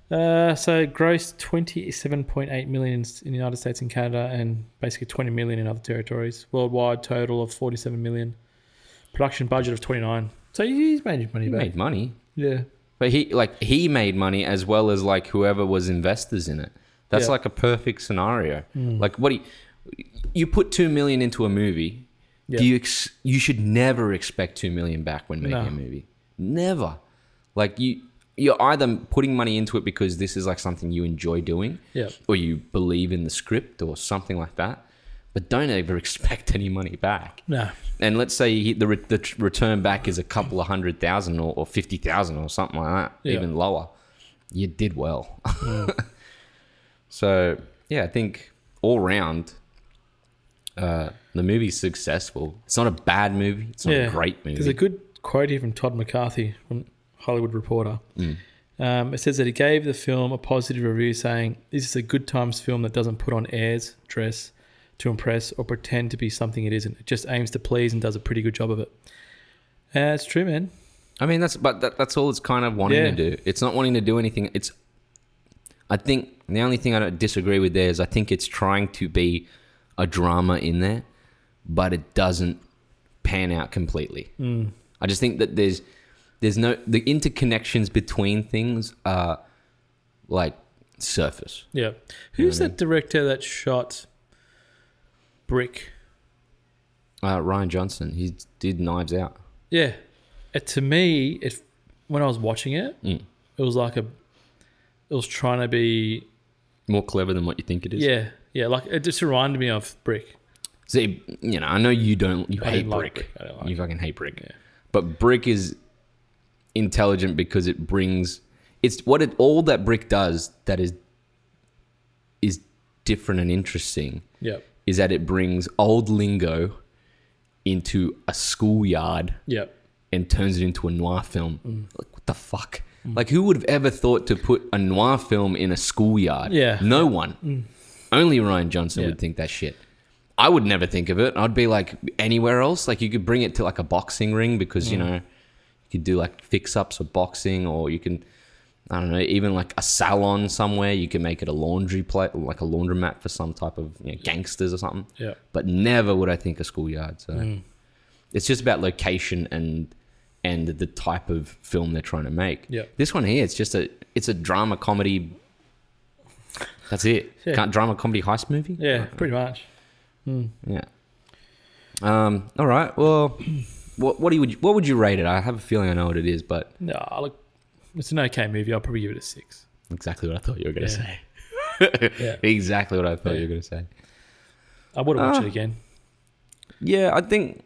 B: Uh, so gross 27.8 million in the United States and Canada, and basically 20 million in other territories. Worldwide total of 47 million. Production budget of 29. So he's made his money
A: He
B: back.
A: made money.
B: Yeah.
A: But he like he made money as well as like whoever was investors in it. That's
B: Yeah. Mm.
A: like a perfect scenario. Like what do you, you put 2 million into a movie,
B: Yeah.
A: do you ex- you should never expect 2 million back when making
B: No.
A: a movie. Never. Like you you're either putting money into it because this is like something you enjoy doing.
B: Yeah.
A: or you believe in the script or something like that, but don't ever expect any money back.
B: No.
A: And let's say he, the, re- the tr- return back is a couple of hundred thousand or, or 50,000 or something like that,
B: Yeah.
A: even lower. You did well. so, yeah, I think all round, uh, the movie's successful. It's not a bad movie, it's not
B: yeah.
A: a great movie.
B: There's a good quote here from Todd McCarthy from Hollywood Reporter.
A: Mm.
B: Um, it says that he gave the film a positive review, saying, "This is a good times film that doesn't put on airs, dress to impress, or pretend to be something it isn't. It just aims to please and does a pretty good job of it." Uh, it's true, man.
A: I mean, that's but that, that's all it's kind of wanting
B: Yeah.
A: to do. It's not wanting to do anything. It's, I think the only thing I don't disagree with there is I think it's trying to be a drama in there, but it doesn't pan out completely. I just think that there's there's no the interconnections between things are like surface.
B: Yeah. Who's that director that shot Brick?
A: Uh, Ryan Johnson, he did Knives Out.
B: Yeah. It, to me, it when I was watching it,
A: Mm.
B: it was like a, it was trying to be
A: More clever than what you think it is.
B: Yeah, yeah. Like it just reminded me of Brick.
A: See, you know, I know you don't. You
B: I
A: hate
B: didn't like
A: brick.
B: brick. I don't like
A: you fucking hate brick. But brick is intelligent because it brings. It's what it all that brick does that is is different and interesting
B: Yep,
A: is that it brings old lingo into a schoolyard
B: yep.
A: and turns it into a noir film.
B: Mm.
A: Like what the fuck? Like who would have ever thought to put a noir film in a schoolyard?
B: Yeah. Mm.
A: No one. Only Ryan Johnson
B: Yeah.
A: would think that shit. I would never think of it. I'd be like anywhere else. Like you could bring it to like a boxing ring because
B: Mm.
A: you know you could do like fix ups of boxing, or you can I don't know even like a salon somewhere. You can make it a laundry plate, like a laundromat for some type of you know, gangsters or something
B: Yeah.
A: but never would I think a schoolyard. So
B: Mm.
A: it's just about location and and the type of film they're trying to make.
B: Yeah.
A: This one here, it's just a it's a drama comedy. That's it.
B: Yeah.
A: Can't drama comedy heist movie.
B: Yeah, pretty much.
A: Yeah. Um. All right. Well, what what do you would what would you rate it? I have a feeling I know what it is, but
B: No, I look, it's an okay movie. I'll probably give it a six.
A: exactly what I thought you were gonna
B: Yeah.
A: say.
B: Yeah,
A: Exactly what I thought
B: Yeah.
A: you were gonna say.
B: I would have watched
A: Ah.
B: it again.
A: Yeah, I think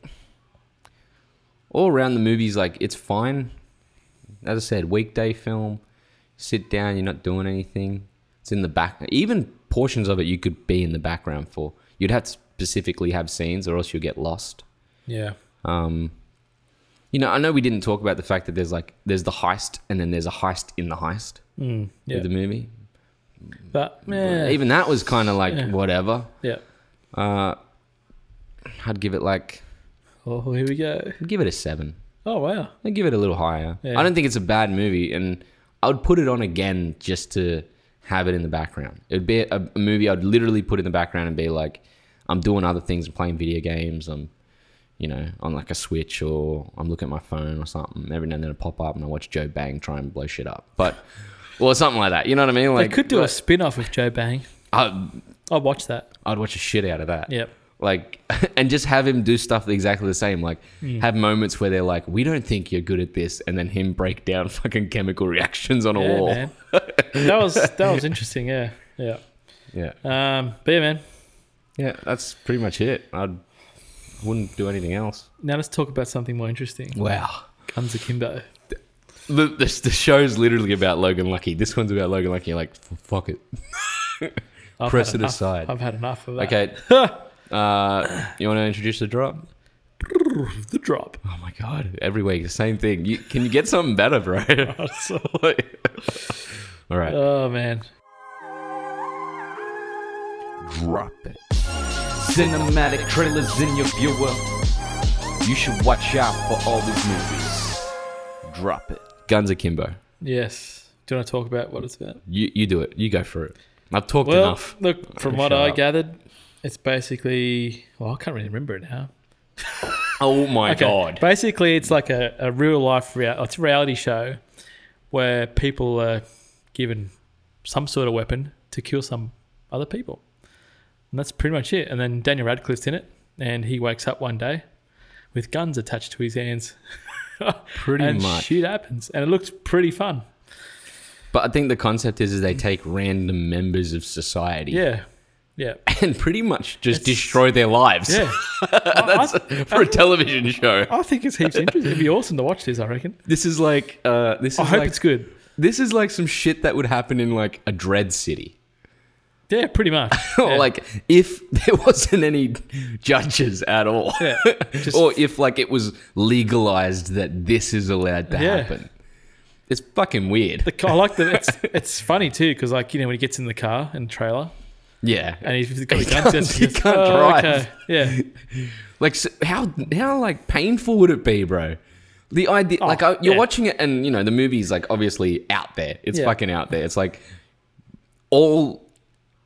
A: all around the movie's like it's fine. As I said, weekday film. Sit down, you're not doing anything. It's in the back. Even portions of it you could be in the background for. You'd have to specifically have scenes, or else you'll get lost.
B: Yeah,
A: Um, you know, I know we didn't talk about the fact that there's like there's the heist, and then there's a heist in the heist
B: mm, yeah.
A: of the movie.
B: but yeah,
A: Even that was kind of like
B: Yeah.
A: whatever.
B: yeah.
A: Uh, I'd give it like
B: Oh, here we go.
A: I'd give it a seven.
B: Oh wow.
A: I give it a little higher.
B: Yeah.
A: I don't think it's a bad movie, and I would put it on again just to have it in the background. It'd be a, a movie I'd literally put in the background and be like, I'm doing other things, I'm playing video games, I'm, you know, on like a Switch or I'm looking at my phone or something. Every now and then it pop up and I watch Joe Bang try and blow shit up, but or something like that. You know what I mean?
B: They
A: Like
B: could do a spin off of Joe Bang.
A: I,
B: I'll watch that.
A: I'd watch a shit out of that.
B: Yep.
A: Like, and just have him do stuff exactly the same. Like, have moments where they're like, "We don't think you're good at this," and then him break down fucking chemical reactions on a
B: Yeah,
A: wall.
B: man. that was that was interesting, yeah. Yeah.
A: Yeah,
B: Um but yeah, man.
A: yeah, that's pretty much it. I'd wouldn't do anything else.
B: Now let's talk about something more interesting.
A: Wow,
B: Guns Akimbo.
A: the the, the show's literally about Logan Lucky. This one's about Logan Lucky. You're like, "F- fuck it.
B: I've
A: Press
B: had
A: it
B: enough-
A: aside.
B: I've had enough of that.
A: Okay, uh, you want to introduce the drop?
B: The drop.
A: Oh my god, every week the same thing. You, can you get something better, bro? All right.
B: Oh man.
C: Drop it. Cinematic trailers in your viewer. You should watch out for all these movies. Drop it.
A: Guns Akimbo.
B: Yes. Do you want to talk about what it's about?
A: You you do it. You go for it. I've talked
B: Well,
A: enough.
B: look, from
A: Shut
B: what I
A: up.
B: gathered, it's basically. Well, I can't really remember it now.
A: Oh my
B: Okay, Basically, it's like a, a real life rea- it's a reality show where people are given some sort of weapon to kill some other people. And that's pretty much it. And then Daniel Radcliffe's in it, and he wakes up one day with guns attached to his hands.
A: Pretty
B: and
A: much.
B: shit happens. And it looks pretty fun.
A: But I think the concept is, is they take random members of society
B: Yeah. Yeah.
A: and pretty much just
B: It's-
A: destroy their lives
B: Yeah. I, I-
A: for a television show.
B: I think it's heaps interesting. It'd be awesome to watch this, I reckon.
A: This is like uh, this is
B: I hope
A: like
B: it's good.
A: this is like some shit that would happen in like a dread city.
B: Yeah, pretty much. Yeah.
A: like if there wasn't any judges at all.
B: Yeah. Just-
A: or if like it was legalized that this is allowed to
B: Yeah.
A: happen. It's fucking weird.
B: The, I like that. It's it's funny too because like you know when he gets in the car and trailer
A: yeah.
B: and he's got a
A: He
B: gun
A: can't-
B: test,
A: he
B: goes,
A: can't
B: "Oh,
A: drive."
B: okay." Yeah,
A: Like so how how like painful would it be, bro? The idea like I, you're
B: Oh, yeah.
A: watching it and you know the movie's like obviously out there. It's
B: Yeah.
A: fucking out there. It's like all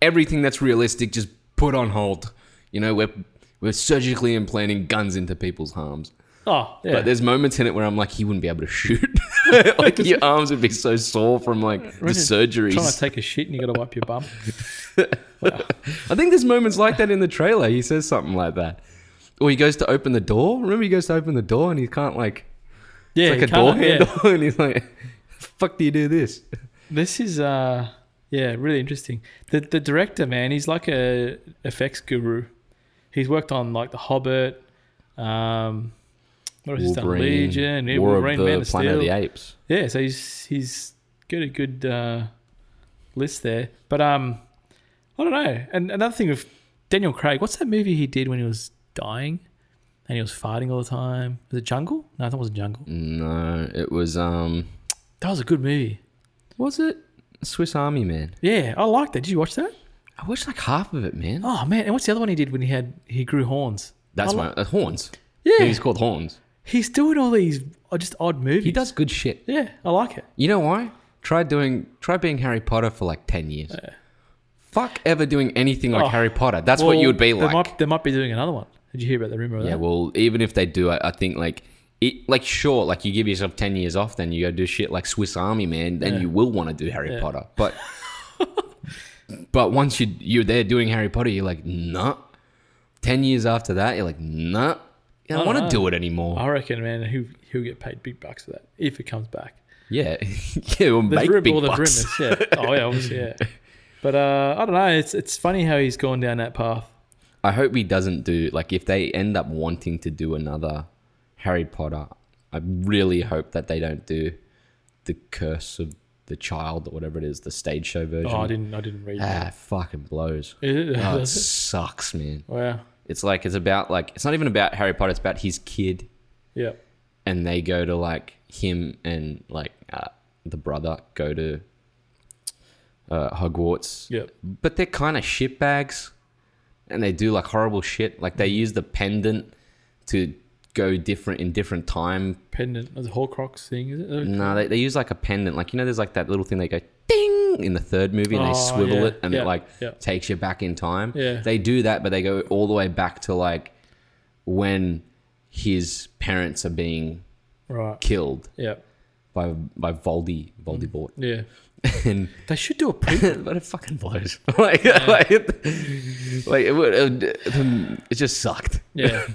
A: everything that's realistic just put on hold. You know, we're we're surgically implanting guns into people's arms.
B: oh yeah,
A: But there's moments in it where I'm like, he wouldn't be able to shoot. like your arms would be so sore from like the
B: trying to
A: surgeries.
B: take a shit and you got to wipe your bum.
A: I think there's moments like that in the trailer. He says something like that, or he goes to open the door. Remember, he goes to open the door and he can't like
B: Yeah,
A: it's like
B: you
A: a door
B: can't- yeah.
A: handle, and he's like, "Fuck, do you do this?"
B: This is uh yeah really interesting. The the director man, he's like a effects guru. He's worked on like The Hobbit, um, what has he done? Legion, yeah,
A: War
B: Wolverine,
A: of the
B: Man of
A: Planet
B: Steel.
A: of the Apes.
B: Yeah, so he's he's got a good uh, list there. But um, I don't know. And another thing with Daniel Craig, what's that movie he did when he was dying and he was farting all the time? Was it Jungle? No, I thought it was Jungle.
A: Mm. No, it was um,
B: That was a good movie.
A: was it Swiss Army Man?
B: Yeah, I liked that. Did you watch that?
A: I watched like half of it, man.
B: Oh man, and what's the other one he did when he had he grew horns?
A: That's
B: I
A: my uh, Horns.
B: Yeah,
A: He's called Horns.
B: he's doing all these uh, just odd movies.
A: He does good shit.
B: Yeah, I like it.
A: You know why? Try doing try being Harry Potter for like ten years. Fuck ever doing anything like
B: Oh.
A: Harry Potter. That's what you would be
B: They
A: like.
B: might, they might be doing another one. Did you hear about the rumor? Of
A: yeah.
B: that?
A: Well, even if they do, I, I think like it, like sure, like you give yourself ten years off, then you go do shit like Swiss Army Man, then you will want to do Harry
B: Yeah.
A: Potter. But but once you you're there doing Harry Potter, you're like nah. Ten years after that, you're like nah. I don't
B: don't
A: want to
B: know.
A: do it anymore.
B: I reckon, man, he'll, he'll get paid big bucks for that if it comes back.
A: yeah, yeah. We'll
B: There's
A: make
B: room-
A: big
B: all
A: bucks.
B: there's rumors, yeah. Oh yeah, obviously, yeah. But uh, I don't know. It's it's funny how he's gone down that path.
A: I hope he doesn't do like if they end up wanting to do another Harry Potter. I really hope that they don't do the Curse of the Child or whatever it is, the stage show version.
B: Oh, I didn't, I didn't read
A: Ah, it fucking blows. Oh, it
B: that.
A: sucks, man.
B: wow.
A: It's like it's about like it's not even about Harry Potter. It's about his kid,
B: Yeah.
A: and they go to like him and like uh, the brother go to uh, Hogwarts
B: Yep.
A: but they're kind of shitbags and they do like horrible shit. Like they use the pendant to go different in different time.
B: pendant, the Horcrux thing, is it?
A: No, they, they use like a pendant. Like you know, there's like that little thing they go ding in the third movie, and they
B: Oh,
A: swivel
B: yeah,
A: it, and
B: yeah,
A: it like
B: yeah.
A: takes you back in time.
B: Yeah.
A: they do that, but they go all the way back to like when his parents are being
B: Right.
A: killed
B: Yeah.
A: by by Voldy
B: Mm.
A: Voldemort,
B: Yeah.
A: and
B: They should do a pre.
A: but it fucking blows. like, like, it, like it, would- it, would- it just sucked.
B: Yeah.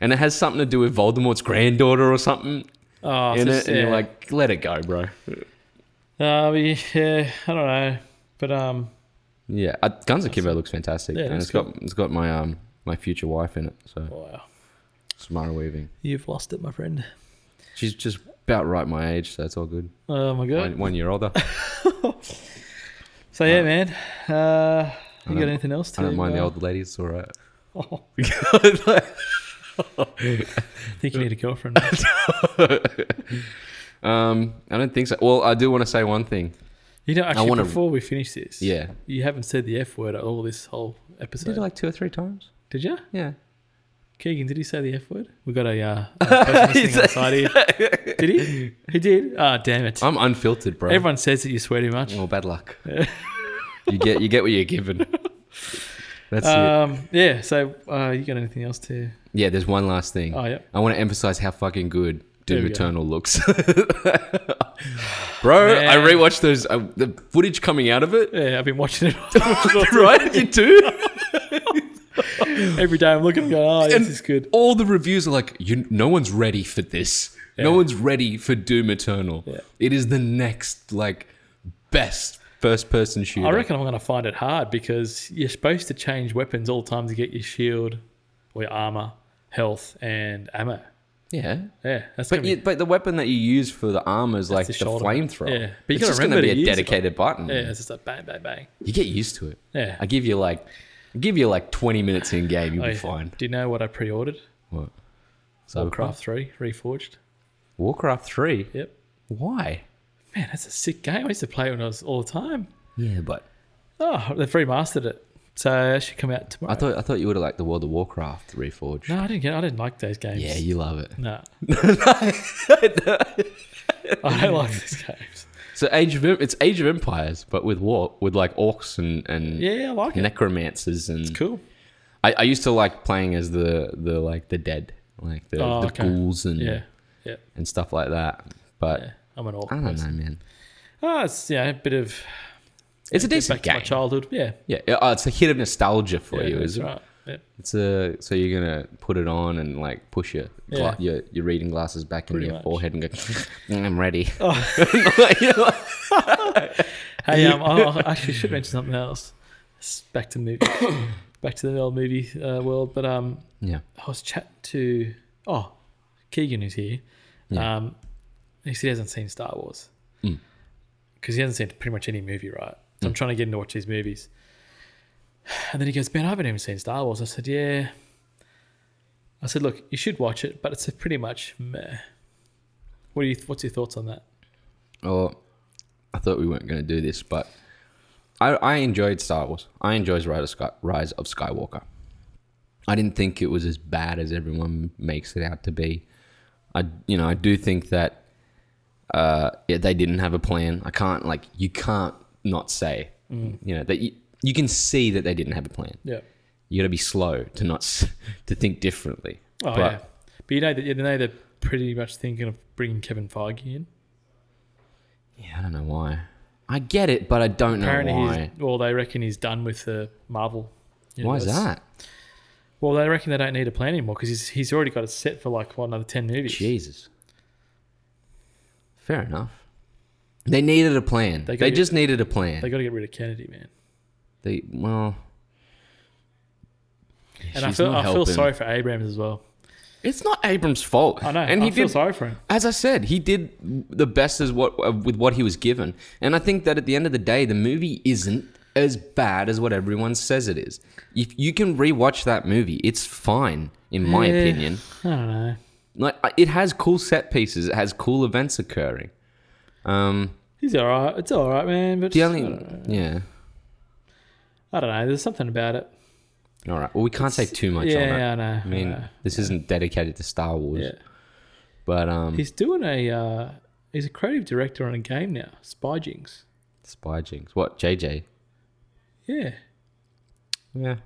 A: And it has something to do with Voldemort's granddaughter or something
B: Oh,
A: in
B: it's
A: it,
B: just-
A: and you're
B: yeah.
A: like, let it go, bro.
B: Uh, but yeah, I don't know, but um,
A: Yeah, uh, Guns of Kimbo looks fantastic,
B: Yeah,
A: and
B: that's
A: it's got it's got my um my future wife in it, so
B: wow,
A: Samara Weaving.
B: you've lost it, my friend.
A: She's just about right my age, so it's all good.
B: Oh my god.
A: One, one year older.
B: So yeah, man. Uh,
A: I
B: you got
A: don't-
B: anything else to?
A: I don't mind the
B: uh,
A: older ladies. It's all right.
B: Oh. I think you need a girlfriend. mate.
A: Um, I don't think so. Well, I do want to say one thing.
B: You know, actually,
A: wanna-
B: before we finish this,
A: Yeah,
B: you haven't said the f word at all this whole episode.
A: did it like two or three times.
B: Did you?
A: Yeah.
B: Keegan, did he say the F word? We got a, uh, a person listening on the side here. Did he? He did. Ah, damn it.
A: I'm unfiltered, bro.
B: Everyone says that you swear too much.
A: Well, bad luck. you get you get what you're given. That's it.
B: Um, yeah, so uh, you got anything else to.
A: Yeah, there's one last thing.
B: Oh, yeah.
A: I want to emphasize how fucking good
B: There
A: Doom
B: we go.
A: Eternal looks. Bro, I
B: Man.
A: rewatched those uh, the footage coming out of it.
B: Yeah, I've been watching it
A: right, you do.
B: every day. I'm looking and going, oh,
A: And-
B: this is good.
A: All the reviews are like, you, no one's ready for this. No
B: Yeah.
A: one's ready for Doom Eternal.
B: Yeah.
A: It is the next like best first person shooter.
B: I reckon I'm going to find it hard because you're supposed to change weapons all the time to get your shield or your armor, health, and ammo.
A: yeah.
B: Yeah, that's
A: But
B: gonna
A: you,
B: be,
A: but the weapon that you use for the armor is like the,
B: the shoulder.
A: flamethrower.
B: Yeah, but you
A: it's
B: gotta
A: just going to
B: remember
A: be
B: to
A: a
B: use it.
A: dedicated button.
B: yeah, it's just like bang, bang, bang.
A: You get used to it.
B: Yeah.
A: I give you like, I give you like twenty minutes in game, you'll
B: Oh,
A: be
B: yeah.
A: fine.
B: Do you know what I pre-ordered?
A: What?
B: Warcraft Three Reforged.
A: Warcraft Three.
B: Yep.
A: Why?
B: Man, that's a sick game. I used to play it when I was all the time.
A: Yeah, but
B: Oh, they've remastered it, so it should come out tomorrow.
A: I thought I thought you would have liked the World of Warcraft Reforged.
B: no, I didn't get. I didn't like those games.
A: Yeah, you love it.
B: No. I don't like these games.
A: So Age of Em- it's Age of Empires, but with war with like orcs and and
B: Yeah, I like it.
A: necromancers and
B: Cool.
A: I, I used to like playing as the the like the dead, like the,
B: Oh,
A: the
B: okay.
A: ghouls and
B: Yeah. Yeah.
A: and stuff like that. But
B: Yeah. I'm an orc.
A: I don't
B: person.
A: know, man.
B: Oh, it's yeah, a bit of
A: It's a
B: get
A: decent
B: back to my
A: game.
B: childhood. Yeah,
A: Yeah, oh, it's a hit of nostalgia for
B: yeah
A: you,
B: that's
A: isn't it?
B: right. Yeah.
A: It's a so you're gonna put it on and like push your gla- your, your reading glasses back into
B: Pretty
A: your
B: much. Oh.
A: forehead and go, "Mm, I'm ready.
B: Hey, um, I, I actually should mention something else. It's back to movie, back to the old movie uh, world. But um,
A: yeah,
B: I was chatting to oh, Keegan is here.
A: Yeah. Hmm.
B: Um, he said he hasn't seen Star Wars because he hasn't seen pretty much any movie, right? So I'm trying to get him to watch these movies. And then he goes, Ben, I haven't even seen Star Wars. I said, Yeah. I said, Look, you should watch it, but it's a pretty much meh. What do you? What's your thoughts on that?
A: or I thought we weren't going to do this, but I, I enjoyed Star Wars. I enjoyed Rise of, Sky, Rise of Skywalker. I didn't think it was as bad as everyone makes it out to be. I you know I do think that uh, yeah, they didn't have a plan. I can't like you can't not say
B: Mm.
A: you know that you, you can see that they didn't have a plan.
B: Yeah.
A: You got to be slow to not s- to think differently.
B: Oh
A: But-
B: yeah, but you know that you know they're pretty much thinking of bringing Kevin Feige in.
A: Yeah, I don't know why. I get it, but I don't
B: Apparently,
A: know
B: he's
A: why.
B: well, they reckon he's done with the Marvel.
A: Why is
B: universe.
A: that?
B: Well, they reckon they don't need a plan anymore because he's he's already got it set for like what another ten movies.
A: Jesus. Fair enough. They needed a plan. They,
B: They gotta
A: just needed a plan.
B: They
A: They,
B: got to get rid of Kennedy, man.
A: well.
B: And I
A: she's
B: feel
A: not
B: I feel
A: helping.
B: sorry for Abrams as well.
A: It's not Abrams' fault.
B: I know,
A: And
B: I
A: he
B: feel
A: did.
B: sorry for him.
A: As I said, he did the best as what uh, with what he was given. And I think that at the end of the day, the movie isn't as bad as what everyone says it is. If you can rewatch that movie, it's fine in my
B: Yeah.
A: opinion.
B: I don't know.
A: Like I- it has cool set pieces. It has cool events occurring. Um,
B: He's all right. It's all right, man. But
A: the
B: just-
A: only
B: I, don't know.
A: yeah.
B: I don't know. There's something about it.
A: All right. Well, we can't say too much
B: yeah,
A: on it.
B: I know.
A: I mean, this isn't dedicated to Star Wars,
B: yeah.
A: but um,
B: He's doing a. Uh, he's a creative director on a game now. Spy Jinx.
A: Spy Jinx. What JJ?
B: Yeah.
A: Yeah,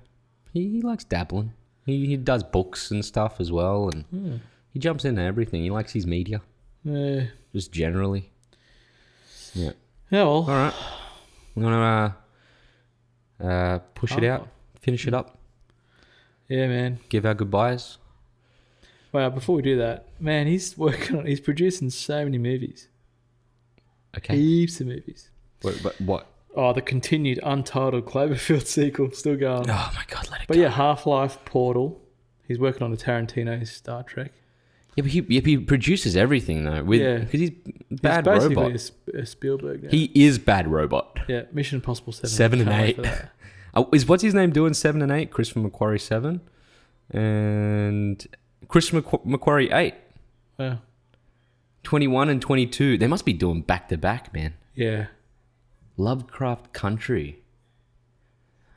A: he, he likes dabbling. He he does books and stuff as well, and he jumps into everything. He likes his media,
B: Yeah.
A: just generally. Yeah.
B: Yeah. oh Well.
A: All right. I'm gonna uh, uh, push it out, finish it up,
B: Yeah, man.
A: give our goodbyes.
B: Wow. Before we do that, man, he's working on. He's producing so many movies.
A: Okay.
B: Heaps of movies.
A: Wait, but what?
B: Oh, the continued untitled Cloverfield sequel still going.
A: Oh my God! Let it
B: But yeah, Half Life, Portal. He's working on a Tarantino Star Trek.
A: Yeah, but he, yeah, but he produces everything though. With
B: Yeah.
A: because he's bad
B: he's basically
A: robot.
B: a Sp- A, Spielberg. Now.
A: He is bad robot.
B: yeah, Mission Impossible Seven.
A: Seven and
B: Can't wait
A: eight.
B: for that.
A: Uh, Is what's his name doing seven and eight? Chris from Macquarie seven, and Chris from Macqu- Macquarie eight.
B: Wow.
A: 21 and 22. They must be doing back to back, man.
B: Yeah.
A: Lovecraft Country.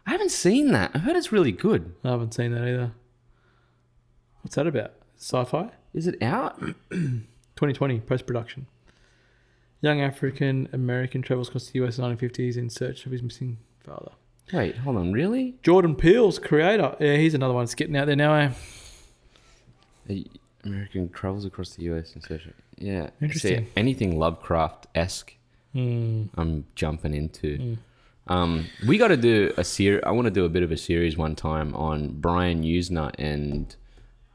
A: I haven't seen that. I heard it's really good.
B: I haven't seen that either. What's that about? Sci-fi.
A: Is it out?
B: 2020 post-production. Young African American travels across the U.S. in 1950s in search of his missing father.
A: Wait, hold on. Really?
B: Jordan Peele's creator. Yeah, he's another one that's getting out there now. Eh?
A: The American travels across the US in search of. Yeah.
B: Interesting.
A: anything Lovecraft esque,
B: Hmm.
A: I'm jumping into. Um, we got to do a series. I want to do a bit of a series one time on Brian Usner and.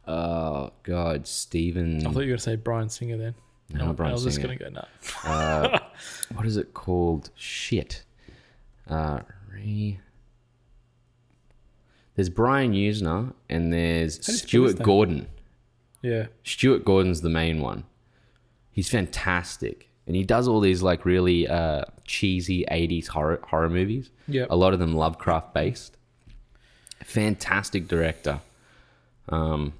A: uh, God, Stephen.
B: I thought you were going to say Brian Singer then.
A: No,
B: I-
A: Bryan
B: I was just
A: Singer.
B: going to go nuts.
A: uh, what is it called? Shit. Uh, re... There's Brian Usner and there's
B: do you spell his
A: Stuart
B: name?
A: Gordon.
B: Yeah.
A: Stuart Gordon's the main one. He's fantastic. And he does all these like really uh, cheesy 80s horror, horror movies.
B: Yep.
A: A lot of them Lovecraft based. Fantastic director. Um,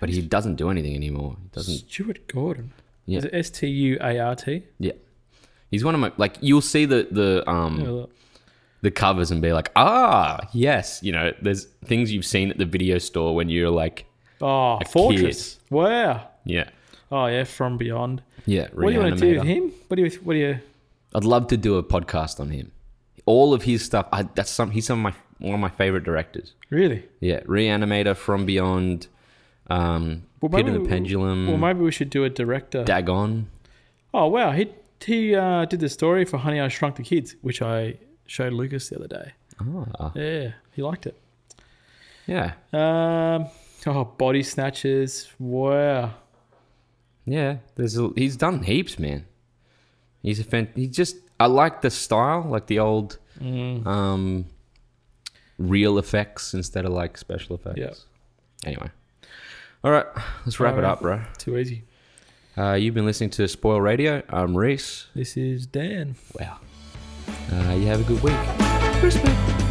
A: but he doesn't do anything anymore. He doesn't
B: Stuart Gordon.
A: Yeah.
B: Is it S T U A R T?
A: Yeah. He's one of my like you'll see the the um the covers and be like, "Ah, yes, you know, there's things you've seen at the video store when you're like,
B: Oh, Fortress. Wow.
A: yeah.
B: Oh yeah, From Beyond.
A: Yeah,
B: What do you want to do
A: Reanimator.
B: with him? What do you? What do you?
A: I'd love to do a podcast on him. All of his stuff, I, that's some he's some of my one of my favorite directors.
B: Really?
A: Yeah, Reanimator from Beyond um
B: Well,
A: Pit
B: maybe
A: and the
B: we-
A: Pendulum,
B: Well, maybe we should do a director.
A: Dagon.
B: oh wow, he he uh, did the story for Honey I Shrunk the Kids, which I showed Lucas the other day.
A: Ah,
B: Yeah, he liked it.
A: yeah.
B: Um, oh, Body Snatchers. Wow.
A: Yeah, there's a, he's done heaps, man. He's a fan. He just I like the style, like the old
B: Mm.
A: um real effects instead of like special effects.
B: Yeah.
A: Anyway. All right, let's wrap it
B: Alright.
A: up, bro.
B: Too easy.
A: Uh, you've been listening to Spoil Radio. I'm Reese.
B: This is Dan.
A: Wow. Uh, you have a good week. Respect.